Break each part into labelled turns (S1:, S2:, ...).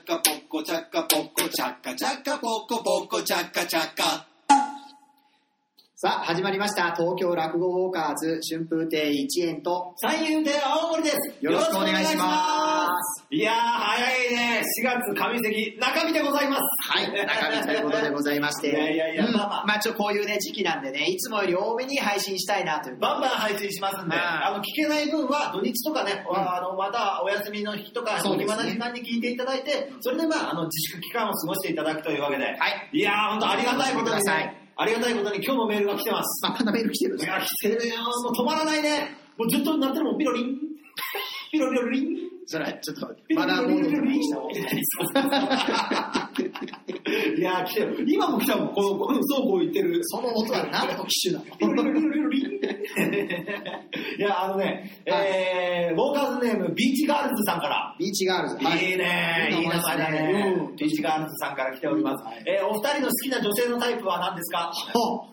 S1: チャカポコチャカチャカポコポコチャカチャカ
S2: さあ、始まりました。東京落語ウォーカーズ春風亭一円と、
S1: 三遊亭青森です
S2: よろしくお願いします。
S1: いやー早いね4月上関中身でございます
S2: はい、中身ということでございまして。
S1: いやいやいや
S2: うん
S1: まあまあ
S2: まあちょ、こういうね、時期なんでね、いつもより多めに配信したいなという。
S1: バンバン配信しますんで、
S2: はい
S1: あの、聞けない分は土日とかね、
S2: ん
S1: あの、またお休みの日とか、
S2: そうですね
S1: 暇な時間に聞いていただいて、それでまあ、あの、自粛期間を過ごしていただくというわけで、い、
S2: はい。
S1: やー、本当ありがたいこと
S2: く
S1: に
S2: ださい
S1: ね、ありがたいことに今日もメールが来てます。
S2: まあ、まだメール来てるん
S1: い
S2: です
S1: や、来てるよ、もう止まらないね。もうずっと鳴ってるもん、ピロリン、 ピロリロリン。
S2: それはちょっと、
S1: ピロ
S2: まだ
S1: リ
S2: ボー
S1: ロ
S2: ル
S1: リ
S2: の
S1: ロリン
S2: 話した方がいい
S1: いやー、来てる。今も来たもん、この、この倉庫行ってる。
S2: その音は何と機種な
S1: ピロリ
S2: の
S1: ロリロリロリン いや、あのね、えー、ウォーカーズネーム、ビーチガールズさんから。
S2: ビーチガールズ。
S1: いいねいい名前だね
S2: う。ん
S1: ビーチガールズさんから来ております。
S2: はい
S1: えーお二人の好きな女性のタイプは何ですか
S2: ほう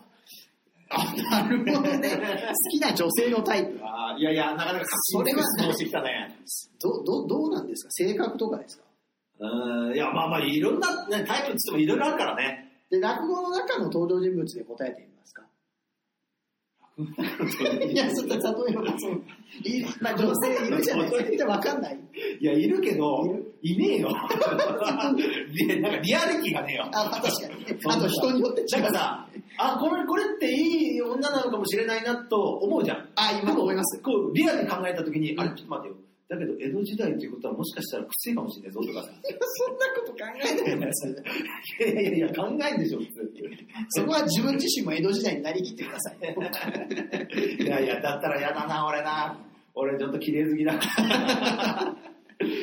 S2: あ、なるほどね。好きな女性のタイプ。
S1: あーいやいや、なかなかそれは質問してきたね。
S2: ど、ど、どうなんですか性格とかですか
S1: うーん、いや、まあまあ、いろんな、ね、タイプっつってもいろいろあるからね。
S2: で、落語の中の登場人物で答えてみますかいや、それ例えばそう。いまあ、女性いるじゃないですか。じゃわかんない。
S1: いや、いるけど
S2: いる、
S1: いねえよ。でなんかリアリティがねえよ。
S2: あ、まあ確かに。あと人によって違
S1: なん
S2: う
S1: か。さ、あ、これ、これっていい女なのかもしれないなと思うじゃん。
S2: あ、今思います。
S1: こう、リアルに考えたときに、あれ、ちょっと待ってよ。だけど、江戸時代っていうことはもしかしたら癖かもしれないぞとかさ。
S2: そんなこと考えないでください。
S1: いやいやいや、考えんでしょ、普
S2: そこは自分自身も江戸時代になりきってください。
S1: 通。いやいや、だったら嫌だな、俺な。俺ちょっと綺麗好きだから。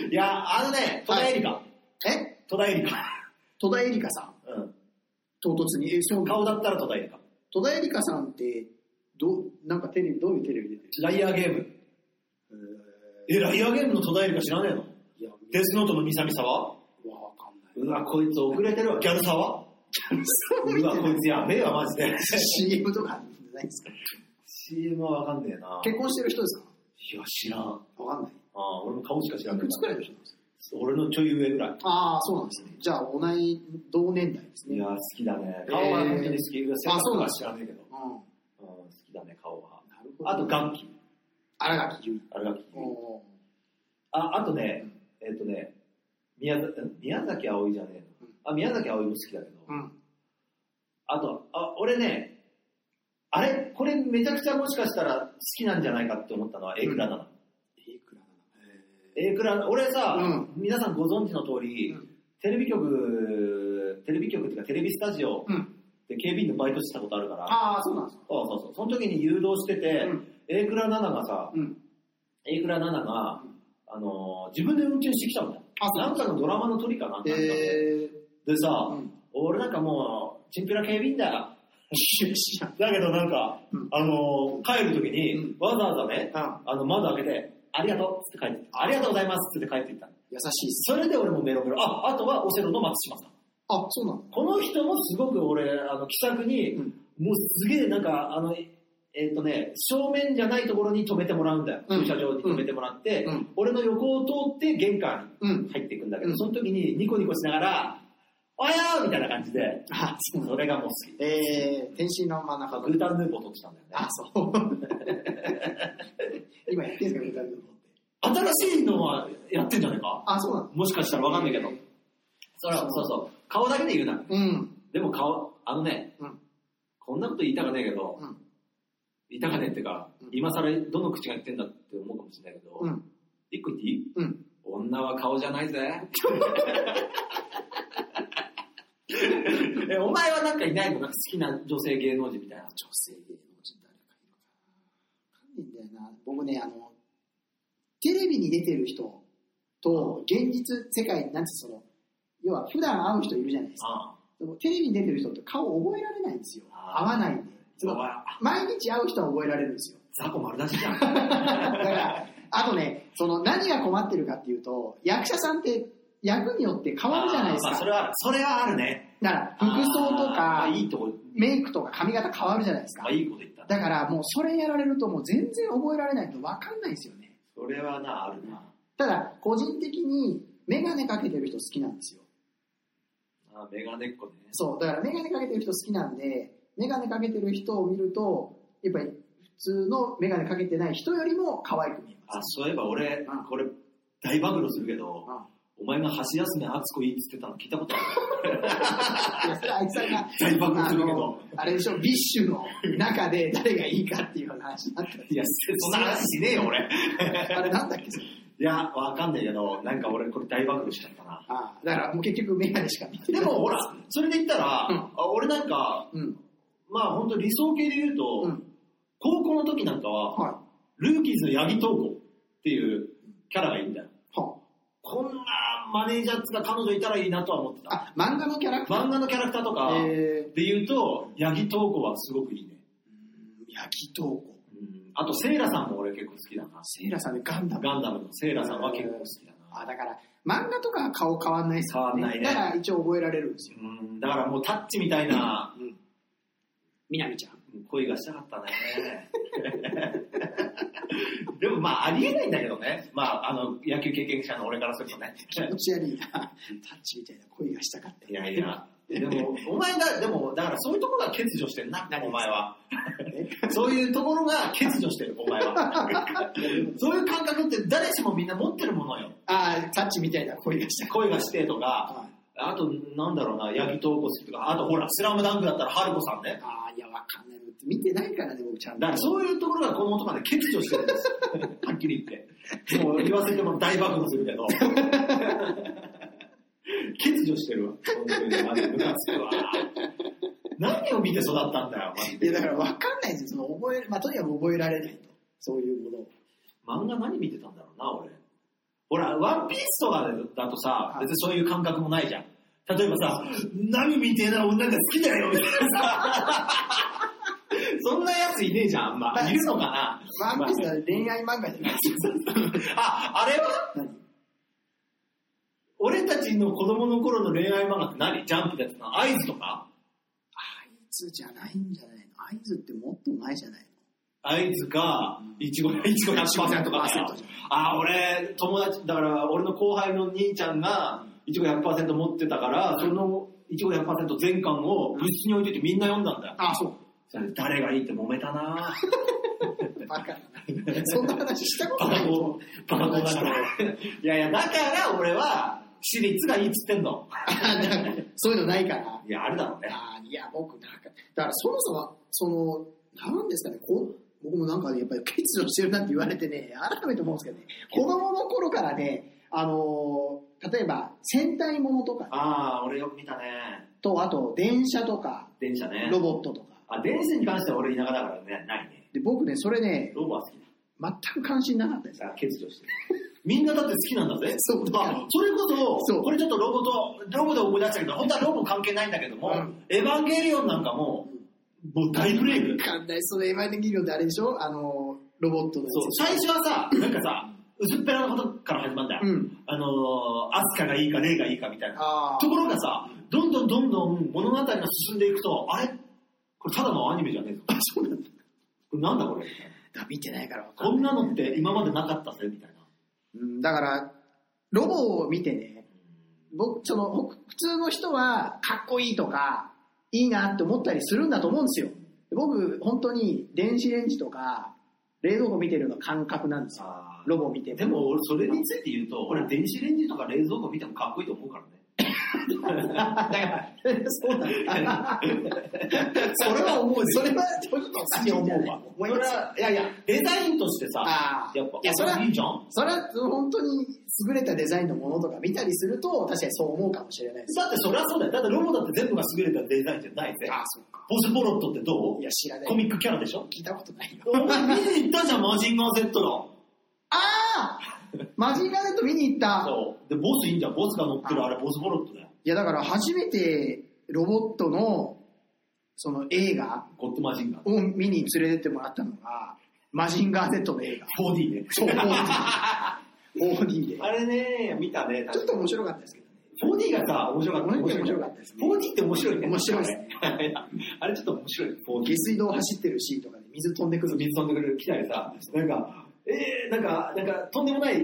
S1: いや、あのね、戸田恵梨香。
S2: え
S1: 戸田恵梨香。
S2: 戸田恵梨香さん、唐突に。え、そう
S1: うん。
S2: か。
S1: 顔だったら戸田恵梨香。
S2: 戸田恵梨香さんって、どう、なんかテレビ、どういうテレビ出てる
S1: ライアーゲーム。
S2: え
S1: え、ライアーゲームの戸田恵梨香知らねえの
S2: ーいや、
S1: デスノートのミサミサは
S2: わかんない。
S1: うわ、こいつ遅れてるわ。ギャルサは うわ、こいつやべえわ、マジ で。
S2: CM とかないですか
S1: CM はわかんねえな。
S2: 結婚してる人ですか
S1: いや、知らん。あ
S2: わかんない。
S1: あ、俺の顔しか知らん
S2: いくつくらいの人なんですか
S1: 俺のちょい上ぐらい。
S2: ああ、そうなんですね。じゃあ、同い、同年代ですね。
S1: いや、好きだね。顔は本当に好き。
S2: あそうなんだ
S1: 知らねえけど。
S2: うん。な
S1: うん、好きだね、顔は。
S2: るほど。
S1: あと、、楽器。
S2: 荒垣結
S1: あれ楽器。
S2: 衣。お
S1: あ、あとね、えっとね、宮崎うん宮崎葵じゃねえ
S2: うん
S1: の。あ、宮崎葵も好きだけど。
S2: ーうん。
S1: あと、あ、俺ね、あれこれめちゃくちゃもしかしたら好きなんじゃないかって思ったのは、エクラだな。
S2: いくら
S1: エクラ、俺さ、
S2: う
S1: 皆さんご存知の通り、
S2: うん
S1: テレビ局、テレビ局っていうかテレビスタジオ
S2: なうん。
S1: で警備員のバイトしてたことあるから、
S2: ああ、そうなんですか。
S1: そうそうそう。その時に誘導してて、
S2: うん
S1: エイクラナナがさ、
S2: うん。
S1: エイクラナナが、あのー自分で運転してきたんだよ。
S2: あそう
S1: なんかのドラマの撮りかななんかの
S2: え
S1: で
S2: ー、
S1: さ、
S2: うん。
S1: 俺なんかもう、チンピラ警備員だよ。
S2: 知らん。
S1: だけどなんか、
S2: うん
S1: あのー帰る時に、
S2: うん
S1: わざわざね、
S2: あ
S1: あの、窓開けて、ありがとうっつって帰ってきた。ありがとうございますっつって帰ってきた。
S2: 優しいっす。
S1: それで俺もメロメロ。あ、あとはオセロの松島さん。
S2: あ、そうなの
S1: この人もすごく俺、あの、気さくに、
S2: うん
S1: もうすげえなんか、あの、えっ、とね、正面じゃないところに止めてもらうんだよ。
S2: うん
S1: 駐車場に止めてもらって、
S2: うん
S1: 俺の横を通って玄関
S2: うん
S1: に。入っていくんだけど、
S2: うん
S1: その時にニコニコしながら、おはようみたいな感じで、
S2: あ、そうなの
S1: それがもう好き。
S2: えー、天真の真ん中
S1: グータンヌーボー撮ってたんだよね。
S2: あ、そう。 今やってんすか、歌うのって。
S1: 新しいのはやってんじゃないか
S2: あ、そうなの
S1: もしかしたらわかんないけど。そら、そうそう。顔だけで言うな。
S2: うん。
S1: でも顔、あのね、
S2: うん
S1: こんなこと言いたかねえけど、
S2: うん。
S1: いたかねっていうか、
S2: うん
S1: 今更どの口が言ってんだって思うかもしれないけど、
S2: うん。
S1: 一個言っていい
S2: うん。
S1: 女は顔じゃないぜ。 え、お前はなんかいないのなんか好きな女性芸能人みたいな。
S2: 女性芸能人誰かいるかな。わかんないんだよな。僕ね、あの、テレビに出てる人と、現実世界、なんてその、要は普段会う人いるじゃないですか。
S1: あ
S2: でもテレビに出てる人って顔覚えられないんですよ。
S1: あ
S2: 合わないんで。つまり
S1: あ。
S2: 毎日会う人は覚えられるんですよ。
S1: 雑魚丸出しじゃん。
S2: だから、あとね、その何が困ってるかっていうと、役者さんって役によって変わるじゃないです
S1: あーまあそ
S2: か。
S1: れは、それはあるね。
S2: だから、服装と
S1: あ
S2: か
S1: ー、いいとこ、
S2: メイクとか髪型変わるじゃないですか
S1: まあ。いいこと言ったね。
S2: だからもうそれやられるともう全然覚えられないと分かんないですよね。
S1: それはな、あるな。
S2: ただ、個人的にメガネかけてる人好きなんですよ。
S1: あーメガネっ子ね。
S2: そう、だからメガネかけてる人好きなんで、メガネかけてる人を見ると、やっぱり普通のメガネかけてない人よりも可愛く見え
S1: あ
S2: ま、す。
S1: そういえば俺、これ、大暴露するけど、
S2: あ
S1: お前が箸休め敦子いいっつってたの聞いたこと
S2: い
S1: あ、
S2: やそれはあいつさんが
S1: 大爆
S2: あ
S1: するけ
S2: の
S1: ど、
S2: あれでしょ、ビッシュの中で誰がいいかっていう話になったんで
S1: る。いや、そんな話しねえよ、俺。
S2: すよ。あれなんだっけそれ
S1: いや、わかんないけど、なんか俺、これ大暴露しちゃったな。
S2: あだからもう結局メガネしか見てな
S1: で
S2: い。
S1: も、ほら、それで言ったら、
S2: うん
S1: あ俺なんか、
S2: うん。
S1: まあ本当理想系で言うと、
S2: うん。
S1: 高校の時なんかは、
S2: はい。
S1: ルーキーズの八木東子っていうキャラがいるんだよ。
S2: は
S1: こんなマネージャーっつうか彼女いたらいいなとは思ってた。
S2: あ、あ漫画のキャラクター
S1: 漫画のキャラクターとか
S2: え
S1: で言うと、八木東子はすごくいいね。
S2: ー、焼きとうこ。
S1: うんあと、セイラさんも俺結構好きだな。
S2: セイラさんでガンダム。
S1: ガンダムのセイラさんは結構好きだ
S2: あ、
S1: な。
S2: だから漫画とかは顔変わんないですよ
S1: 変わんないね
S2: だから一応覚えられるんですよ。
S1: うんだからもうタッチみたいな
S2: うん。みなみちゃん。
S1: 恋がしたかったね。 でもまあありえないんだけどね。まああの野球経験者の俺からするとね。
S2: 気持ち悪 いな。タッチみたいな恋がしたかった。
S1: いやいや。でも、お前だ、でも、だからそういうところが欠如してるな、
S2: 何
S1: お前は。
S2: え。
S1: そういうところが欠如してる、お前は。そういう感覚って誰しもみんな持ってるものよ。
S2: あタッチみたいな恋がしたか
S1: 恋がしてと
S2: った。
S1: か、
S2: はい
S1: あと、なんだろうな、八木東子好きとか、あとほら、スラムダンクだったら春子さんね。
S2: ああ、いや、わかんない。見てないからね、僕ちゃん
S1: だ
S2: と
S1: から。そういうところがこの男で欠如してるんで すよ。はっきり言って。もう言わせても大暴露するけど。欠如してるわ。本当にマジでムカつくわ。何を見て育ったんだよ、マジ
S2: いや、
S1: で。
S2: だからわかんないんですよ。その覚え、まあ、とにかく覚えられないと。そういうものを。
S1: 漫画何見てたんだろうな、俺。ほら、ワンピースとかだとさ、別にそういう感覚もないじゃん。例えばさ、何みてえな女が好きだよ、みたいなさ。そんなやついねえじゃん、あんま。いるのかな
S2: ワンピースは恋愛漫画じゃないですよ。
S1: あ、あれは
S2: 何
S1: 俺たちの子供の頃の恋愛漫画って何ジャンプでやってたの合図とか
S2: あいつじゃないんじゃないのあいつってもっと前じゃないの
S1: 合図が、い ちご、いちご100%とかだよ
S2: 100%じ
S1: あ、俺、友達、だから俺の後輩の兄ちゃんが、いちご100%持ってたから、その、いちご100%全巻を物質に置いといてみんな読んだんだよ。
S2: ああ、そう。
S1: それ誰がいいって揉めた なぁ。
S2: バカだな。 そんな話したこと
S1: バ
S2: な
S1: カ
S2: い
S1: 子
S2: よ。、
S1: バカ子だから。いやいや、だから俺は、私立がいいっつってんの。
S2: そういうのないから。
S1: いや、あるだろうね。
S2: あーいや、僕、なんか、だからそもそも、その、なんですかね、こう、僕もなんか、やっぱり欠如してるなって言われてね、改めて思うんですけどね、子供の頃からね、あのー例えば、戦隊ものとか
S1: ああ、俺よく見たね。
S2: と、あと、電車とか、
S1: 電車ね。
S2: ロボットとか。
S1: あ、電線に関しては俺田舎だからね、ないね。
S2: で、僕ね、それね、
S1: ロボは好きだ。
S2: 全く関心なかったです。
S1: さあ、欠如してる。みんなだって好きなんだぜ。
S2: そう
S1: まあ、それこ
S2: そ
S1: そ、
S2: う
S1: これちょっとロボと、ロボで思い出したけど、本当はロボ関係ないんだけども、
S2: うん
S1: エヴァンゲリオンなんかも
S2: うん、
S1: もう大ブレイク
S2: わ。かんない、そのエヴァンゲリオンってあれでしょあのーロボットのやつ
S1: そう、最初はさ、なんかさ、薄っぺらなことから始まるんだよ。
S2: うん
S1: あのー、アスカがいいか、レイがいいかみたいな。
S2: あ
S1: ところがさ、どんどんどんどん物語が進んでいくと、あれこれただのアニメじゃねえぞ。
S2: あ、そうなんだ。
S1: これなんだこれみたいな
S2: だ見てないからわかんない
S1: こんなのって今までなかったぜ、みたいな。
S2: うん、だから、ロボを見てね、僕、その、ほ普通の人は、かっこいいとか、いいなって思ったりするんだと思うんですよ。僕、本当に、電子レンジとか、冷蔵庫見てるような感覚なんですよ。
S1: あー
S2: ロボ見て
S1: でも俺それについて言うと、俺電子レンジとか冷蔵庫見てもかっこいいと思うからね。
S2: だ から、そうなんだ。それは思う。それは、ちょっと好き思うわ。思い
S1: そ
S2: ま
S1: れ
S2: す。
S1: はいやいや、デザインとしてさ、
S2: ああ。
S1: やっぱ、
S2: いや、それは、
S1: いいじゃん。
S2: それは、本当に優れたデザインのものとか見たりすると、確かにそう思うかもしれないです。
S1: だってそりゃそうだよ。だってロボだって全部が優れたデザインじゃないぜ。
S2: あ、そうか。
S1: ボスボロットってど
S2: いうや、知らない。
S1: コミックキャラでしょ
S2: 聞いたことないよ。
S1: お前見に行ったじゃん、マジンガー Z の。
S2: ああマジンガー Z 見に行った。
S1: そう。で、ボスいいんじゃん。ボスが乗ってるあれボスボロットだよ。
S2: いや、だから初めてロボットの、その映画
S1: ゴッドマジンガー。
S2: を見に連れてってもらったのが、マジンガー Z の映画。
S1: 4D ね。
S2: そう、4D で。
S1: あれね、見たね。
S2: ちょっと面白かったですけどね。
S1: 4D がさ、面白かった。
S2: 4D 面白かったですね
S1: 4D って面白いね。
S2: 面白いです
S1: ね。 あれちょっと面白い。4D
S2: 下。水道走ってるシーンとかで水飛んでくる。
S1: 水飛んでくる、来たりさ、なんか、えー、なんか、なんか、とんでもない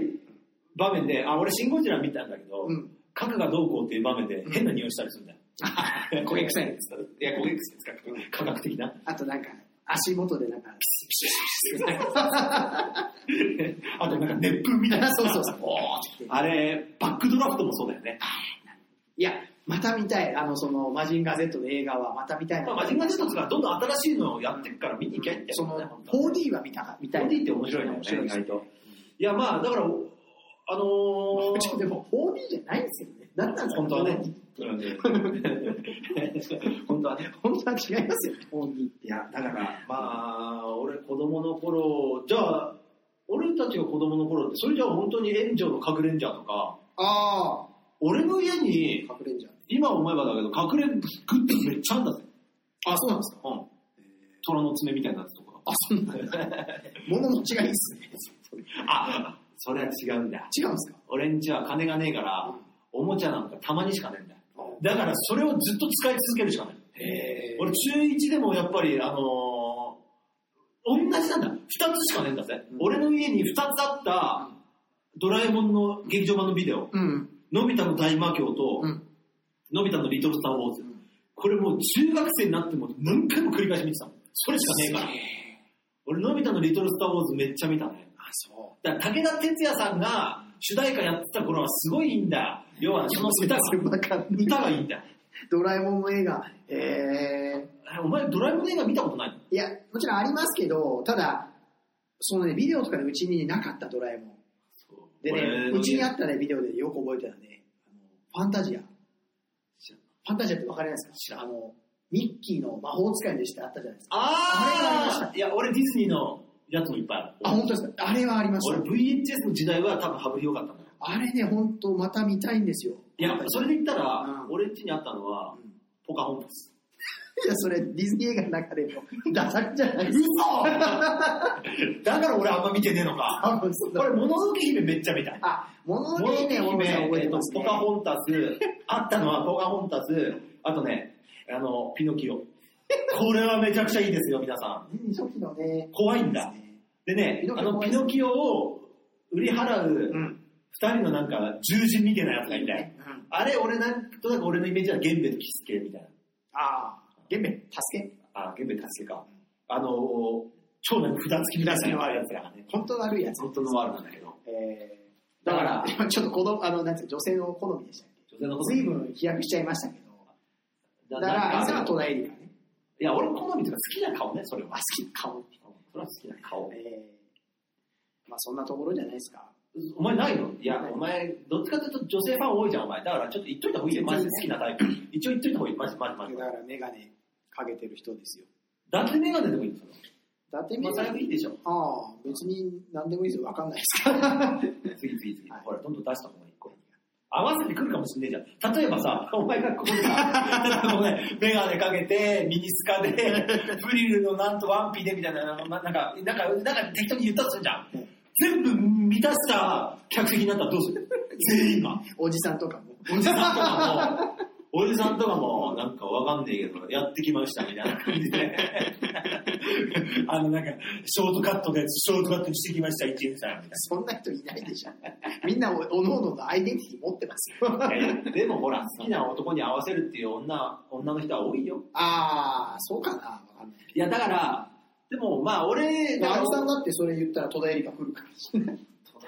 S1: 場面で、あ、俺、シン・ゴジラ見たんだけど、
S2: うん
S1: 核がどうこうっていう場面で
S2: ん
S1: 変な匂いしたりするんだよ。
S2: 焦げ臭いです。
S1: いや、焦げ臭いですか科学的な。
S2: あとなんか、足元でなんか、
S1: あとなんか熱風みたいな。
S2: そうそうそう
S1: おーあれ、バックドラフトもそうだよね。
S2: いや、また見たい。あの、その、マジンガー Z の映画はまた見たい
S1: ま
S2: な。
S1: あ、マジンガー Z とかどんどん新しいのをやっていくから見に行きゃいいって。
S2: その、
S1: 本当
S2: 4D は見たか、見たい。
S1: 4D って面白いね
S2: 面白いです
S1: 意外といや、まあ、だから、あのー
S2: ちょでも 4D じゃないんですけどね。なんなんですか
S1: 本当はね。本当はね。
S2: 本当は違いますよ、4D って。
S1: いや、だから、まあ、俺子供の頃、じゃあ、俺たちが子供の頃って、それじゃあ本当に炎上の隠れんじゃとか、
S2: ああ。
S1: 俺の家に、
S2: 隠れんじゃん。
S1: 今思えばだけど、隠れグッズめっちゃあんだぜ。
S2: あ、そうなんですか。
S1: うん。虎の爪みたいなやつとか。
S2: あ、そうなんだ。物の違いですね。
S1: あ、それは違うんだ。
S2: 違うんですか
S1: 俺んちは金がねえから、おもちゃなんかたまにしかねえんだよ。
S2: あ
S1: だからそれをずっと使い続けるしかない。
S2: へー
S1: 俺中1でもやっぱり、あのー同じなんだ。二つしかねえんだぜ。
S2: うん
S1: 俺の家に二つあった、ドラえもんの劇場版のビデオ、
S2: うん。
S1: のび太の大魔教と、
S2: うん。
S1: のび太のリトルスターウォーズ
S2: ん。
S1: これもう中学生になっても何回も繰り返し見てたの。それしかねえから。俺、のび太のリトルスターウォーズめっちゃ見たね。
S2: あ、そ
S1: だから武田鉄矢さんが主題歌やってた頃はすごいいいんだ。要はその歌が、
S2: う。わかんない
S1: 歌がいいんだ。
S2: ドラえもんの映画、えー、
S1: えお前ドラえもんの映画見たことないの
S2: いや、もちろんありますけど、ただ、そのね、ビデオとかでうちになかったドラえもん。でね、うちにあ
S1: っ
S2: ったね、ビデオでよく覚えてたね、あのファンタジア。ファンタジアってわかりますか
S1: 知らん
S2: あの、ミッキーの魔法使いのしてあったじゃないですか。あれがありまし
S1: あ
S2: た
S1: ーいや、俺ディズニーのやつもいっぱい
S2: あ、
S1: ある。
S2: 本当ですかあれはありまし
S1: 俺
S2: た。
S1: VHS の時代は多分羽振り良かったんだよ。
S2: あれね、本当また見たいんですよ。
S1: いや、それで言ったら、
S2: うん
S1: 俺ん家にあったのは
S2: うん、
S1: ポカホンタス。
S2: いや、それディズニー映画の中でもダサくじゃないですか。
S1: だから俺あんま見てねえのか。
S2: 多分そう
S1: こ
S2: だ
S1: れ、もののけ姫めっちゃ見たい。
S2: あ、もの
S1: も
S2: の
S1: の
S2: け
S1: の
S2: 姫、小野
S1: け
S2: さん覚え
S1: 姫、え
S2: て
S1: っと
S2: ます
S1: ポ
S2: ね。
S1: カホンタス、あったのはポカホンタス、あとね、あの、ピノキオ。これはめちゃくちゃいいですよ、皆さん。
S2: 初期のね、
S1: 怖いんだ。でね
S2: ピ、ノキ
S1: あ
S2: オ
S1: の、ピノキオを売り払う
S2: うん。
S1: 二人のなんか、獣人みたいなやつがいたよ。
S2: うん
S1: あれ、俺なんとなく俺のイメージは、ゲンベとキスケみたいな。
S2: ああ、ゲンベ、助け。
S1: あ、ゲンベとキスケか。あの、超なんか札付きみたいな悪いやつらがね。
S2: 本当悪いやつ。
S1: 本当の悪なんだけど。
S2: えー、
S1: だか ら
S2: 今ちょっと子供、あの、なんていうの女性の好みでしたっ
S1: 女性の
S2: け
S1: こと
S2: 随分飛躍しちゃいましたけど。
S1: だ
S2: だから、あいつ
S1: な
S2: は
S1: んか
S2: 戸田恵梨香ね。
S1: いや、俺好みとか好きな顔ね、それ
S2: あ、
S1: は
S2: 好。きな顔。
S1: それは好きな顔
S2: え。ー、まあそんなところじゃないですか。
S1: お前ないのいや、
S2: ない
S1: お前、どっちかというと女性ファン多いじゃん、お前。だからちょっと言っといた方がいいよ、マジで好きなタイプ。一応言っといた方がいい、マジマジ
S2: だ
S1: マジ
S2: か。ら、メガネかけてる人ですよ。
S1: だってメガネでもいいんですよ。
S2: だって
S1: ま
S2: メ
S1: あ、
S2: ガ
S1: 最悪
S2: ネ。
S1: いいでしょ。
S2: ああ、別に何でもいいですよ。わかん ないですから。
S1: 次次次。
S2: はい
S1: ほら、どんどん出した方がいい。これ合わせてくるかもしんねえじゃん。例えばさ、お前がここでさ、 ごめん、メガネかけて、ミニスカ で、フリルのなんとワンピでみたいな、ななんか、なんか、なんか適当に言ったとするじゃん
S2: うん。
S1: 全部満たした客席になったらどうす る全員が。
S2: おじさんと かも。
S1: おじさんとかも、 おじさんとかも、なんかわかんねえけど、やってきましたみたいな感 じで。あの、なんか、ショートカットで、ショートカットにしてきました、一円さんみたいな。
S2: そんな人いないでしょ。みんなお、おのおののアイデンティティ持ってますよ。
S1: え でもほら、好きな男に合わせるっていう女、女の人は多いよ。
S2: ああ、そうかな。わかんない。
S1: いや、だから、でもまあ俺、
S2: 青木さん
S1: の、
S2: だってそれ言ったら戸田恵梨香来るから。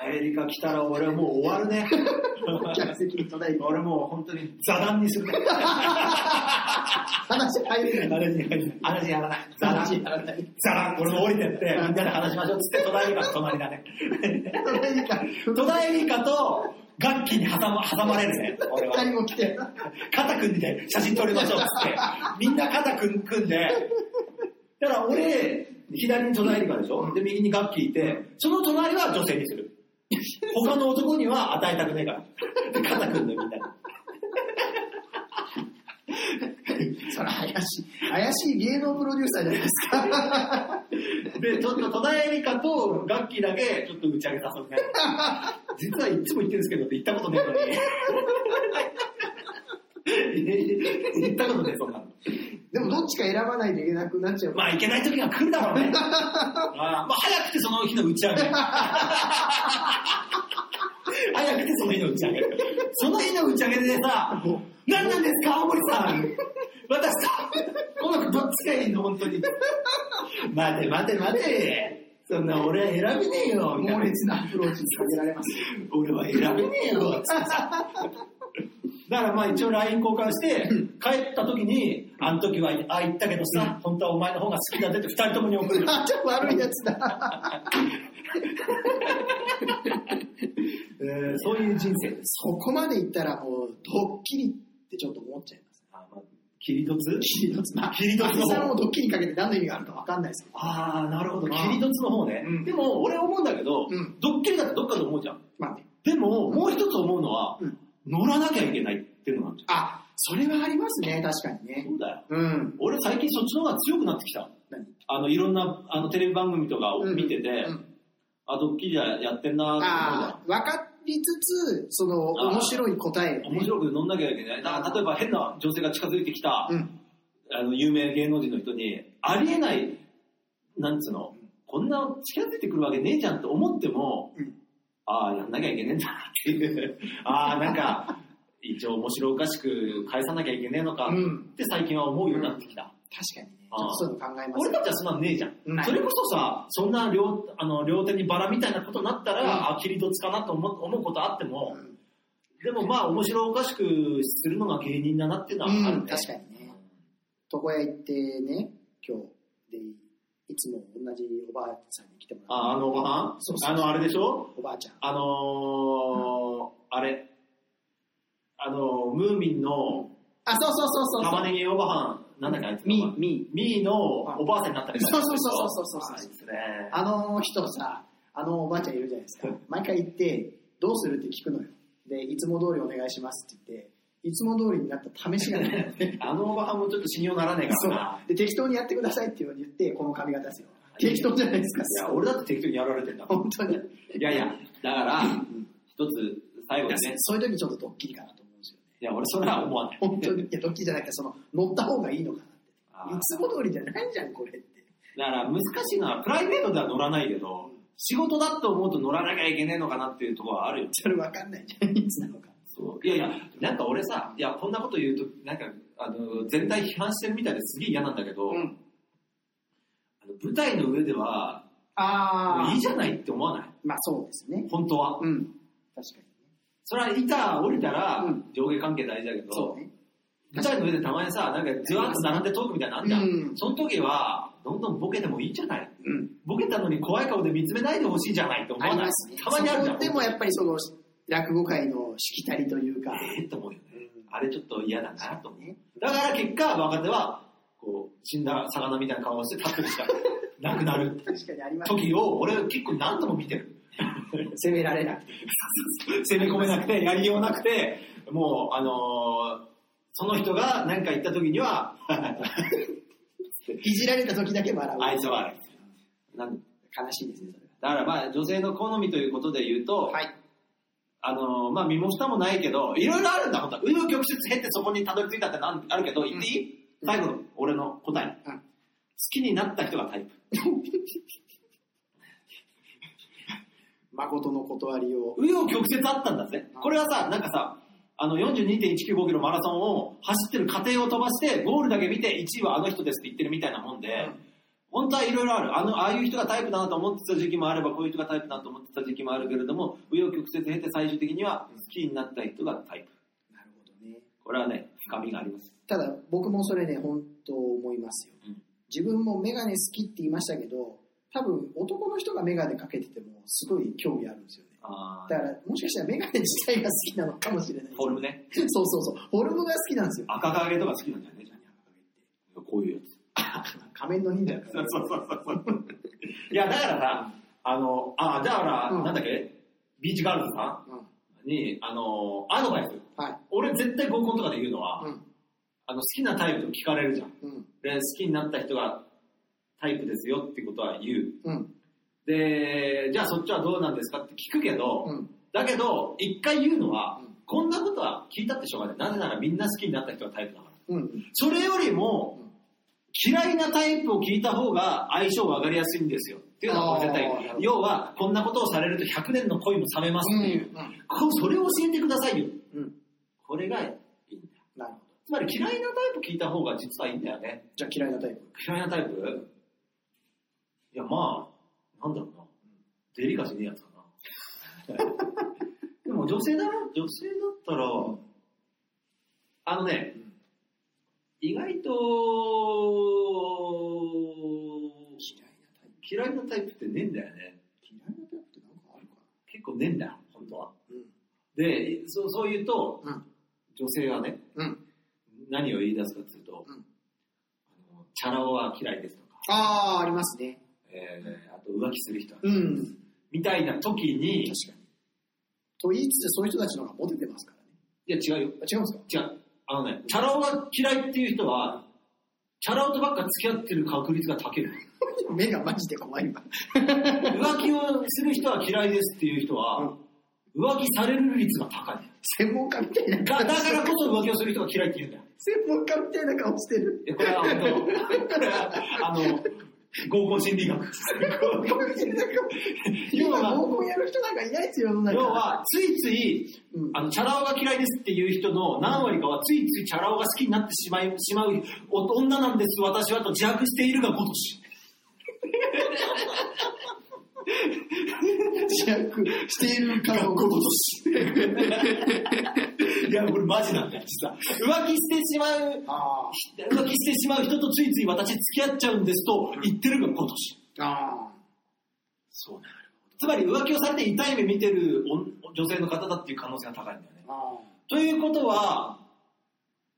S1: エリカ来たら俺はもう終わるね。
S2: 客席に隣に
S1: 俺もう本当に座談にする ね。
S2: 話入れない。
S1: 話に入る話やらない。座談。
S2: やらない。
S1: 座談。俺も降りてって、みんなで話しましょうっつって、戸田エリカと隣だ ね。
S2: 隣か、
S1: 戸田エリカと、楽器に挟ま挟まれるね、俺 は
S2: 二。人も来て。
S1: 肩組んで写真撮りましょうっつって、みんな肩組ん組んで、だから俺、左に隣がでしょで、右に楽器いて、その隣は女性にする。他の男には与えたくねえから。で肩組んでみんなで。
S2: それ怪しい。怪しい芸能プロデューサーじゃないですか。
S1: で、ちょっと戸田恵梨香と楽器だけ、ちょっと打ち上げさせて。実はいつも言ってるんですけどって言ったことねえのに。言ったことねえ、そんなの。
S2: でもどっちか選ばないといけなくなっちゃう。
S1: まあ、いけない時が来るだろうね。ああまあ、早くてその日の打ち上げ。早くてその日の打ち上げ。その日の打ち上げでさ、何何なんですか、青森さん。私さ、この子どっちがいいの、本当に。待て待て待て。そんな俺は選べねえよ、みたい
S2: 猛
S1: な。
S2: 烈なアプローチにかけられます。
S1: 俺は選べねえよ。だからまあ一応 LINE 交換して、帰った時に、あの時は、あ、言ったけどさ、本当はお前の方が好きだねって二人ともに送る。
S2: あ、ちょっと悪いやつだ。
S1: えーそういう人生です。
S2: そこまでいったらもう、ドッキリってちょっと思っちゃいます。
S1: あまあ切り凸
S2: キリドツ。まあ、
S1: キリドツの
S2: さん
S1: 方
S2: も。ドッキリかけて何の意味があるかわかんないですけど。
S1: ああ、なるほど。
S2: ま
S1: 切
S2: あ
S1: り凸の方ね。
S2: うん
S1: でも俺思うんだけど、
S2: うん
S1: ドッキリだってどっかで思うじゃん。
S2: まあね。
S1: でも、もう一つ思うのは、
S2: うん
S1: 乗らなきゃいけないっていうのなんじ
S2: あ、それはありますね、確かに
S1: ゃん。
S2: ね。
S1: そうだよ。
S2: うん。
S1: 俺最近そっちの方が強くなってきた。
S2: 何
S1: あの、いろんな、あの、テレビ番組とかを見てて、
S2: うん
S1: あ、ドッキリやってんなーって思うじゃん
S2: ああ、分かりつつ、その、
S1: あー
S2: 面白い答えをね
S1: 面白く乗んなきゃいけない。だから例えば変な女性が近づいてきた、
S2: うん。
S1: あの、有名芸能人の人に、ありえない、なんつうの、こんな近づいてくるわけねえじゃんって思っても、
S2: うん
S1: ああ、やんなきゃいけねえんだなっていう、 ああ、なんか、一応面白おかしく返さなきゃいけねえのか
S2: う
S1: っ
S2: ん。
S1: て最近は思うようになってきた。
S2: 確かにね。
S1: あー
S2: ちょっとそういうの考えます
S1: 俺たちはそんなのねえじゃん。
S2: うん
S1: それこそさ、そんな両あの両手にバラみたいなことになったら、
S2: うん
S1: あ、切りどつかなと思う思うことあっても、
S2: うん
S1: でもまあ、面白おかしくするのが芸人だなっていうのはあるね。
S2: うん確かにね床屋行ってね、今日、で、いつも同じおばあさんに来てもらう。
S1: あ、あのおばはん
S2: そうそう
S1: あの、あれでしょ
S2: おばあちゃん。
S1: あのーあれ。あの、ムーミンの
S2: あ、そうそうそうそう。
S1: 玉ねぎおばはん、なんだっけあいつ
S2: み
S1: の名前、
S2: み。
S1: ミーのおばあさんになったり
S2: そうそうそうそうそうそう
S1: あいつね。
S2: あの人さ、あのおばあちゃんいるじゃないですか
S1: うん。
S2: 毎回行って、どうするって聞くのよ。で、いつも通りお願いしますって言って、いつも通りになった試しがない。
S1: あのおばはんもちょっと信用ならねえか
S2: そう
S1: らな。
S2: で、適当にやってくださいって言って、この髪型ですよ。適当じゃないですか。
S1: いや、俺だって適当にやられてんだもん
S2: 本当に。
S1: いやいや、だから、一つ、最後でね、
S2: そういう時ちょっとドッキリかなと思うんですよね。
S1: いや、俺それは思わない。
S2: 本当に。いや、ドッキリじゃなくて、その、乗った方がいいのかなって。
S1: あ
S2: い
S1: ー
S2: つも通りじゃないじゃん、これって。
S1: だから、難しいのは、プライベートでは乗らないけど、仕事だと思うと乗らなきゃいけねえのかなっていうところはあるよ。
S2: それ分かんないじゃん、いつなのか。
S1: そういやいや、なんか俺さ、いや、こんなこと言うと、なんか、あの、全体批判してるみたいですげえ嫌なんだけど、
S2: うん。
S1: あの舞台の上では、
S2: あ
S1: いい
S2: あ。
S1: じゃないって思わない
S2: まあそうですね。
S1: 本当は。
S2: うん。確かにね。
S1: それは板降りたら
S2: うん、
S1: 上下関係大事だけど、
S2: そうね。
S1: 舞台の上でたまにさ、なんか、ずわっと並んでトークみたいなのあんじゃん。
S2: うん
S1: その時は、どんどんボケてもいいんじゃない
S2: うん。
S1: ボケたのに怖い顔で見つめないでほしいじゃないと思
S2: あ
S1: わ
S2: り
S1: ない
S2: ますね。
S1: たまにあるじゃん。
S2: そこでもやっぱりその、落語界のしきたりというか。
S1: ええと思うよね。あれちょっと嫌だなと思
S2: ね
S1: う。だから結果、若手は、こう、死んだ魚みたいな顔をして立ってるしかなくなる
S2: 確かにありますね。
S1: 時を、俺結構何度も見て る。
S2: 責められなくて。
S1: 攻め込めなくて、やりようなくて、もう、あのーその人が何か言った時に は、
S2: いじられた時だけ笑う。
S1: あいつはあれ。なん
S2: 悲しいですね、それ
S1: だからまあ、女性の好みということで言うと、
S2: は。はい。
S1: あのーまあ、身も蓋もないけど、いろいろあるんだ、本当は。うの曲折経ってそこにたどり着いたってなんあるけど、言っていい、
S2: うん
S1: 最後の、俺の答え。
S2: うん
S1: 好きになった人がタイプ。
S2: 誠の断りを。
S1: うの曲折あったんだぜ。これはさ、なんかさ、あの、42.195キロマラソンを走ってる過程を飛ばして、ゴールだけ見て、1位はあの人ですって言ってるみたいなもんで、本当はいろいろある。あの、ああいう人がタイプだなと思ってた時期もあれば、こういう人がタイプだなと思ってた時期もあるけれども、紆余曲折経て最終的には好きになった人がタイプ。
S2: なるほどね。
S1: これはね、深みがあります。
S2: ただ僕もそれね本当思いますよ、
S1: うん
S2: 自分もメガネ好きって言いましたけど多分男の人がメガネかけててもすごい興味あるんですよね
S1: あ
S2: だからもしかしたらメガネ自体が好きなのかもしれない
S1: フォルムね。
S2: そうそうそうフォルムが好きなんですよ
S1: 赤影とか好きなんじゃねえじゃん。こういうやつ。
S2: 仮面の忍者だか
S1: そう
S2: ら
S1: そうそうそう。いや、だからさ、あの、あ、だから、
S2: うん
S1: なんだっけビーチガールズさ
S2: うん
S1: んに、あの、アドバイス。
S2: はい
S1: 俺絶対合コンとかで言うのは、
S2: うん
S1: あの、好きなタイプ聞かれるじゃん。
S2: うん
S1: で、好きになった人がタイプですよってことは言う。
S2: うん
S1: で、じゃあそっちはどうなんですかって聞くけど、
S2: うん
S1: だけど、一回言うのは、
S2: うん
S1: こんなことは聞いたってしょうがない。なぜならみんな好きになった人がタイプだから。
S2: うん
S1: それよりも、嫌いなタイプを聞いた方が相性分かりやすいんですよ。っていうのは絶対
S2: あーなるほど
S1: 要は、こんなことをされると100年の恋も冷めますっていう。
S2: うん
S1: こうそれを教えてくださいよ。
S2: うん
S1: これがいいんだよ。
S2: なるほ
S1: つまり嫌いなタイプ聞いた方が実はいいんだよね。
S2: じゃあ嫌いなタイプ。
S1: 嫌いなタイプいや、まあ、なんだろうな。デリカシーねえやつかな。 でも女性だな、女性だったら、あのね、
S2: うん
S1: 意外と、
S2: 嫌いなタイプ。
S1: 嫌いなタイプってねえんだよね。
S2: 嫌いなタイプってなんかあるか
S1: 結構ねえんだよ、本当は。
S2: な。
S1: で、そうそう言うと、
S2: うん
S1: 女性はね、
S2: うん。うん。
S1: 何を言い出すかっていうと、
S2: うん
S1: あのチャラ男は嫌いですとか、
S2: ああ、ありますね。
S1: えーあと浮気する人は、
S2: うん。
S1: みたいな時に、い
S2: 確かに。と言いつつ、そういう人たちの方がモテてますからね。
S1: や違うよ、
S2: あ違うんですか
S1: 違う。あのね、チャラ男が嫌いっていう人は、チャラ男とばっか付き合ってる確率が高い。
S2: 目がマジで怖いわ。
S1: 浮気をする人は嫌いですっていう人は、浮気される率が高い。
S2: 専門家みたいな
S1: だ
S2: 顔
S1: だ
S2: し
S1: か
S2: て
S1: ら
S2: る
S1: こ。そ浮気をする人が嫌いって言うんだよ。
S2: 専門家みたいな顔して る。
S1: いやこれは本当、これは、あの、合コン心理学。要
S2: 今、
S1: は、
S2: 合コンやる人なんかいないですよ、世の中
S1: 要 は、ついつい、
S2: うん
S1: あの、チャラ男が嫌いですっていう人の何割かは、ついついチャラ男が好きになってしまい、しまう、お女なんです、私はと自白しているがごとし。
S2: 自白しているかのことし。
S1: いや、これマジなんだよ、実は。浮気してしまう、
S2: あ
S1: 浮気してしまう人とついつい私付き合っちゃうんですと言ってるがごとし。
S2: あ。ああ。
S1: そうなるつまり浮気をされて痛い目見てるお女性の方だっていう可能性が高いんだよね。
S2: あ
S1: ということは、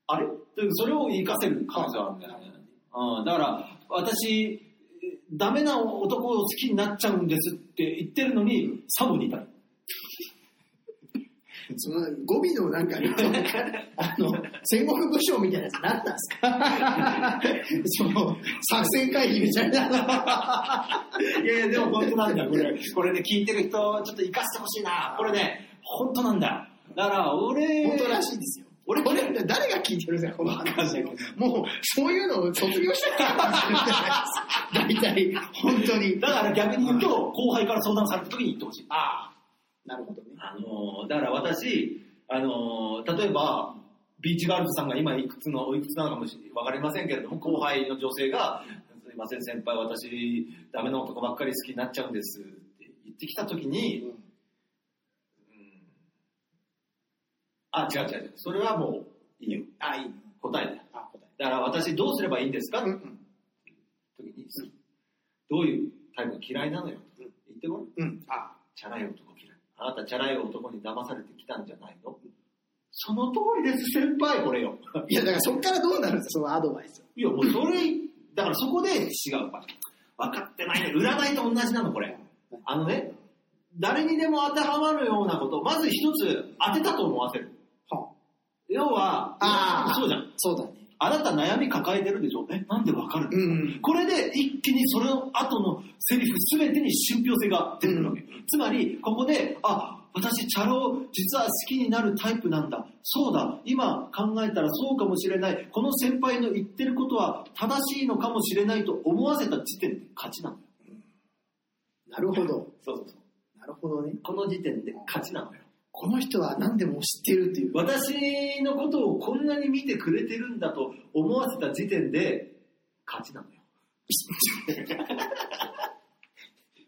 S1: あれというそれを生かせる可能性はあるんだよね。うん、だから、私、ダメな男を好きになっちゃうんですって言ってるのに、サボにいたい。
S2: あ。その語尾のなんか、 あの、戦国武将みたいなやつ何なんですか その、作戦会議みたいな。
S1: いやいや、でも本当なんだよ、これ。 これね、聞いてる人、ちょっと生かしてほしいな。これね、本当なんだよ。だから、俺、
S2: 本当らしいですよ。
S1: 俺
S2: これ、誰が聞いてるんですか、この話を。もう、そういうのを卒業したからです。大体、本当に。
S1: だから逆に言うと、後輩から相談された時に言ってほしい。
S2: ああ、なるほどね。
S1: あのーだから私、あのー例えば、ビーチガールズさんが今いくつの、おいくつなのかもしわかりませんけれども、後輩の女性が、すいません先輩、私、ダメな男ばっかり好きになっちゃうんですって言ってきたときに、うんあ、違う違う違う。それはもう、いいよ。
S2: あ、いい。
S1: 答えだよ。
S2: あ、答え。
S1: だから私どうすればいいんですかって時に、どういうタイプが嫌いなのよ。
S2: う
S1: 言
S2: ん
S1: ってごらん。
S2: うん。あ、
S1: チャラい男嫌い。あなたチャラい男に騙されてきたんじゃないのその通りです、先輩、これよ。
S2: いや、だからそっからどうなるんですか、そのアドバイス。
S1: いや、もうそれ、だからそこで違うわ。分かってないね。占いと同じなの、これ。あのね、誰にでも当てはまるようなこと、まず一つ当てたと思わせる。
S2: は
S1: 要は、
S2: あー
S1: そうじゃん。
S2: そうだね。
S1: あなた悩み抱えてるでしょえ、なんで分かるの
S2: うん。
S1: これで一気にそれの後のセリフ全てに信憑性が出てくるわけ。つまり、ここで、あ、私、チャラ男実は好きになるタイプなんだ。そうだ、今考えたらそうかもしれない。この先輩の言ってることは正しいのかもしれないと思わせた時点で勝ちなのよ。
S2: なるほど。
S1: そうそうそう。
S2: なるほどね。
S1: この時点で勝ちなのよ。
S2: この人は何でも知ってるっていう。
S1: 私のことをこんなに見てくれてるんだと思わせた時点で勝ちなのよ。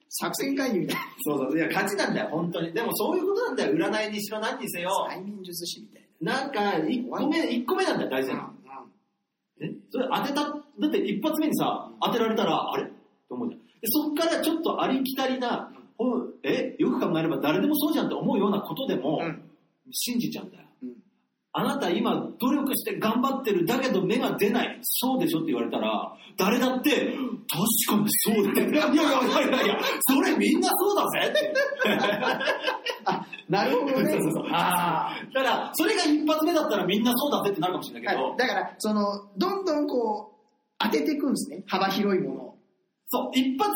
S2: 作戦会議みたいな。
S1: そうそう。いや、勝ちなんだよ、本当に。でもそういうことなんだよ、占いにしろ何にせよ。
S2: 催眠術師みたい
S1: なんか、一個目、一個目なんだよ、大事な
S2: な
S1: の。。えそれ当てた、だって一発目にさ、当てられたら、あれと思うじゃん。で、そっからちょっとありきたりな、ほうえ、よく考えれば誰でもそうじゃんって思うようなことでも、
S2: うん
S1: 信じちゃうんだよ。
S2: うん。
S1: あなた今努力して頑張ってる、だけど目が出ない、そうでしょって言われたら、誰だって、確かにそうだよ。いやいやいやいや、それみんなそうだぜって。
S2: あ、なるほどね。
S1: そうそうそう
S2: あ
S1: だから、それが一発目だったらみんなそうだぜってなるかもしれ
S2: あ。
S1: ないけど、
S2: はいだから、その、どんどんこう、当てていくんですね。幅広いものを。
S1: そう、一発、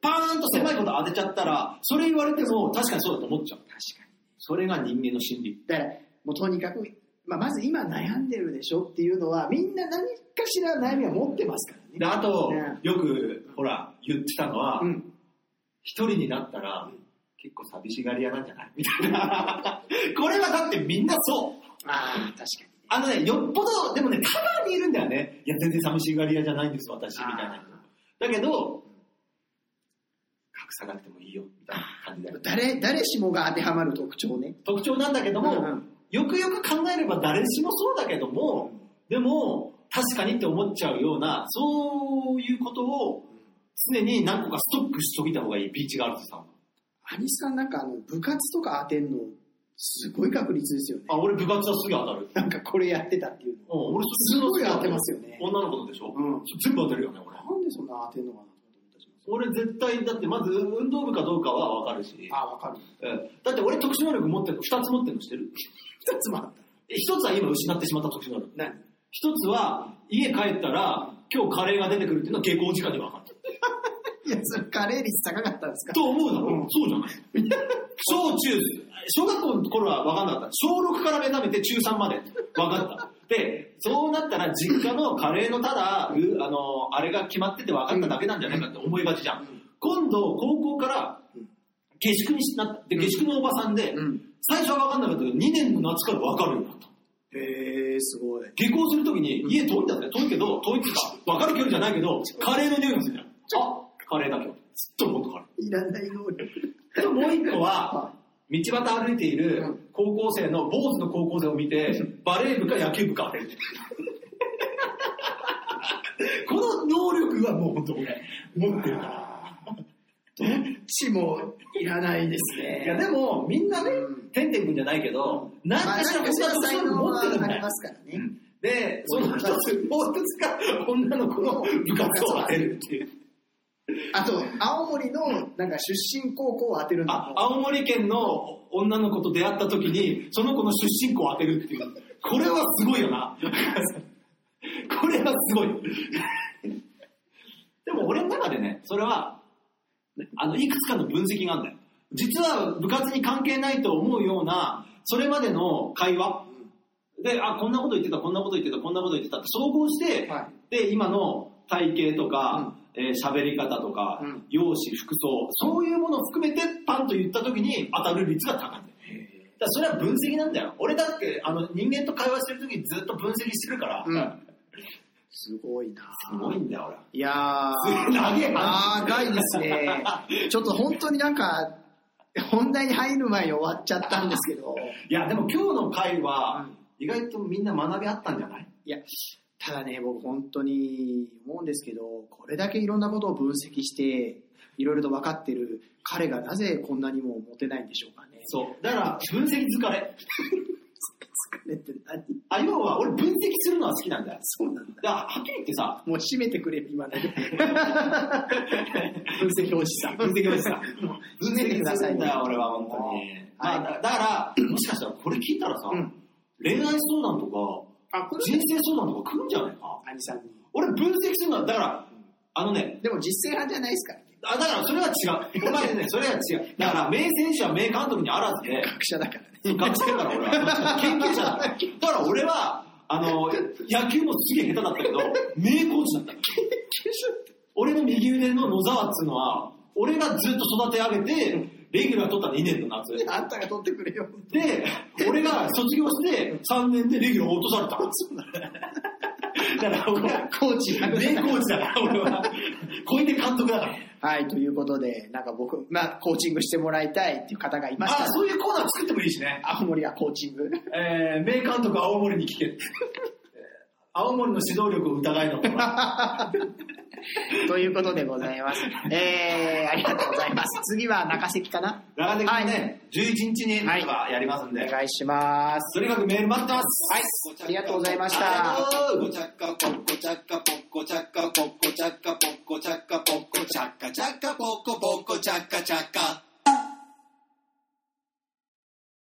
S1: パーンと狭いこと当てちゃったら、それ言われても確かにそうだと思っちゃう。
S2: 確かに。
S1: それが人間の心理。
S2: だから、もうとにかく、まあ、まず今悩んでるでしょっていうのは、みんな何かしら悩みは持ってますからね。
S1: で、あと
S2: ね、
S1: よく、ほら、言ってたのは
S2: う、ん。
S1: 一、人になったら、結構寂しがり屋なんじゃないみたいな。これはだってみんなそう。
S2: ああ、確かに。
S1: あのね、よっぽど、でもね、カバーにいるんだよね。いや、全然寂しがり屋じゃないんです、私、みたいな人。だけど、隠さなくてもいいよ、みたいな感じだよね。
S2: 誰、誰しもが当てはまる特徴ね。
S1: 特徴なんだけども、
S2: うんうん
S1: よくよく考えれば誰しもそうだけども、でも、確かにって思っちゃうような、そういうことを常に何個かストックしといた方がいい、ビーチガールズさんは。
S2: アニさんなんかあの、部活とか当てんの、すごい確率ですよね。
S1: あ、俺部活はすぐ当たる。
S2: なんかこれやってたっていうの。
S1: うん、俺
S2: すごい当てますよね。
S1: 女の子のでしょ、
S2: うん。
S1: 全部当てるよね、俺。
S2: なんでそんな当てんのかなと思ったりします。
S1: 俺絶対、だってまず運動部かどうかはわかるし、
S2: あ、わかる。
S1: うんだって俺特殊能力持ってるの、二つ持ってるのしてる
S2: 二つもあった。
S1: え一つは今失ってしまった特殊能力。
S2: 何
S1: 一つは家帰ったら今日カレーが出てくるっていうのは下校時間で分かる。
S2: いや、それカレー率高かったんですか
S1: と思うだろ、
S2: うん
S1: そうじゃない小中、小学校の頃は分かんなかった。小6から目覚めて中3まで分かった。で、そうなったら実家のカレーのただ、うあの、あれが決まってて分かっただけなんじゃないかって思いがちじゃん。今度、高校から
S2: うん、
S1: 下宿にしなって、下宿のおばさんで、
S2: ん。
S1: 最初は分かんなかったけど、2年の夏から分かるようになった。
S2: へえすごい。
S1: 下校するときに、家遠いんだって、遠いけど、遠いっていうか、分かる距離じゃないけど、カレーの匂いがするじゃん。あ、カレーだけど、ずっと僕から。
S2: いらない能力。
S1: あともう一個
S2: は
S1: は、道端歩いていうる
S2: ん
S1: 高校生の、坊主の高校生を見て、バレー部か野球部か当てる。この能力はもう本当俺、持ってるから。
S2: どっちもいらないですね。
S1: いやでも、みんなね
S2: うん、
S1: てんてんくんじゃないけど、何
S2: まあ
S1: かしら
S2: 何か
S1: こん
S2: し
S1: な
S2: ら
S1: 特
S2: 才
S1: 徴
S2: 能
S1: 持
S2: は
S1: ってるん
S2: あ
S1: だ
S2: り
S1: よ
S2: ま。すからね。
S1: で、その一つ、もう一つが女の子の部活を当てるっていう。
S2: あと、青森のなんか出身高校を当てるんだ
S1: あ、青森県の女の子と出会った時に、その子の出身校を当てるっていう。これはすごいよな。 これはすごい。 でも俺の中でね、それは、あの、いくつかの分析があるんだよ。実は部活に関係ないと思うような、それまでの会話。で、あ、こんなこと言ってた、こんなこと言ってた、こんなこと言ってたって総合して、
S2: は
S1: で、今の体型とか、えー喋り方とか、
S2: うん
S1: 容姿、服装、そういうものを含めてパンと言った時に当たる率が高いんだよ。だからそれは分析なんだよ。俺だって、あの、人間と会話してる時にずっと分析してるから、
S2: うん。すごいな
S1: すごいんだよ、俺。
S2: いやー、
S1: 長い話
S2: 長いですね。 ちょっと本当になんか、本題に入る前に終わっちゃったんですけど、
S1: いや、でも今日の会は
S2: うん、
S1: 意外とみんな学びあったんじゃない
S2: いや、ただね、僕本当に思うんですけど、これだけいろんなことを分析して、いろいろと分かってる彼がなぜこんなにもモテないんでしょうかね。
S1: そう。だから、分析疲れ。
S2: 疲れて何
S1: あ、要は俺分析するのは好きなんだよ。
S2: そうなんだ。
S1: だから、はっきり言ってさ、
S2: もう閉めてくれ、今 ね。分析おじさん。
S1: 分析をした。
S2: 分析してください
S1: んだよ、俺は本当に。
S2: はい
S1: まあ、だだから、もしかしたらこれ聞いたらさ、
S2: うん
S1: 恋愛相談とか、
S2: あ、こ
S1: 人生相談とか来るんじゃないか
S2: 兄さんに。
S1: 俺分析するのは、だから、あのね、
S2: でも実践派じゃないですからね。
S1: あだからそれは違う。これはね、それは違う。だから、名選手は名監督にあらずで、
S2: 学者だからね。
S1: 学生だから俺は。研究者だから。だから俺は、あの、野球もすげえ下手だったけど、名コーチだった。俺の右腕の野沢っつうのは、俺がずっと育て上げて、レギュラー取った2年の夏。
S2: あんたが取ってくれよ。
S1: で、俺が卒業して3年でレギュラー落とされた。 だから俺は、
S2: コーチ
S1: 名コーチだから俺は。小出監督だから。
S2: はい、ということで、なんか僕、まあ、コーチングしてもらいたいっていう方がいました
S1: あ
S2: ら、、
S1: そういうコーナー作ってもいいしね。
S2: 青森がコーチング。
S1: えー、名監督青森に聞け。えー青森の指導力を疑いの。
S2: ということでございます。えー、ありがとうございます。次は中関かな
S1: 長手君
S2: はい
S1: ね、11日になんかやりますん
S2: お
S1: で、
S2: 願いします。
S1: とにかくメール待ってます。
S2: はい、ありがとうございました。
S1: ありがとう
S3: ごちゃっかぽんこちゃっかぽんこちゃっかぽん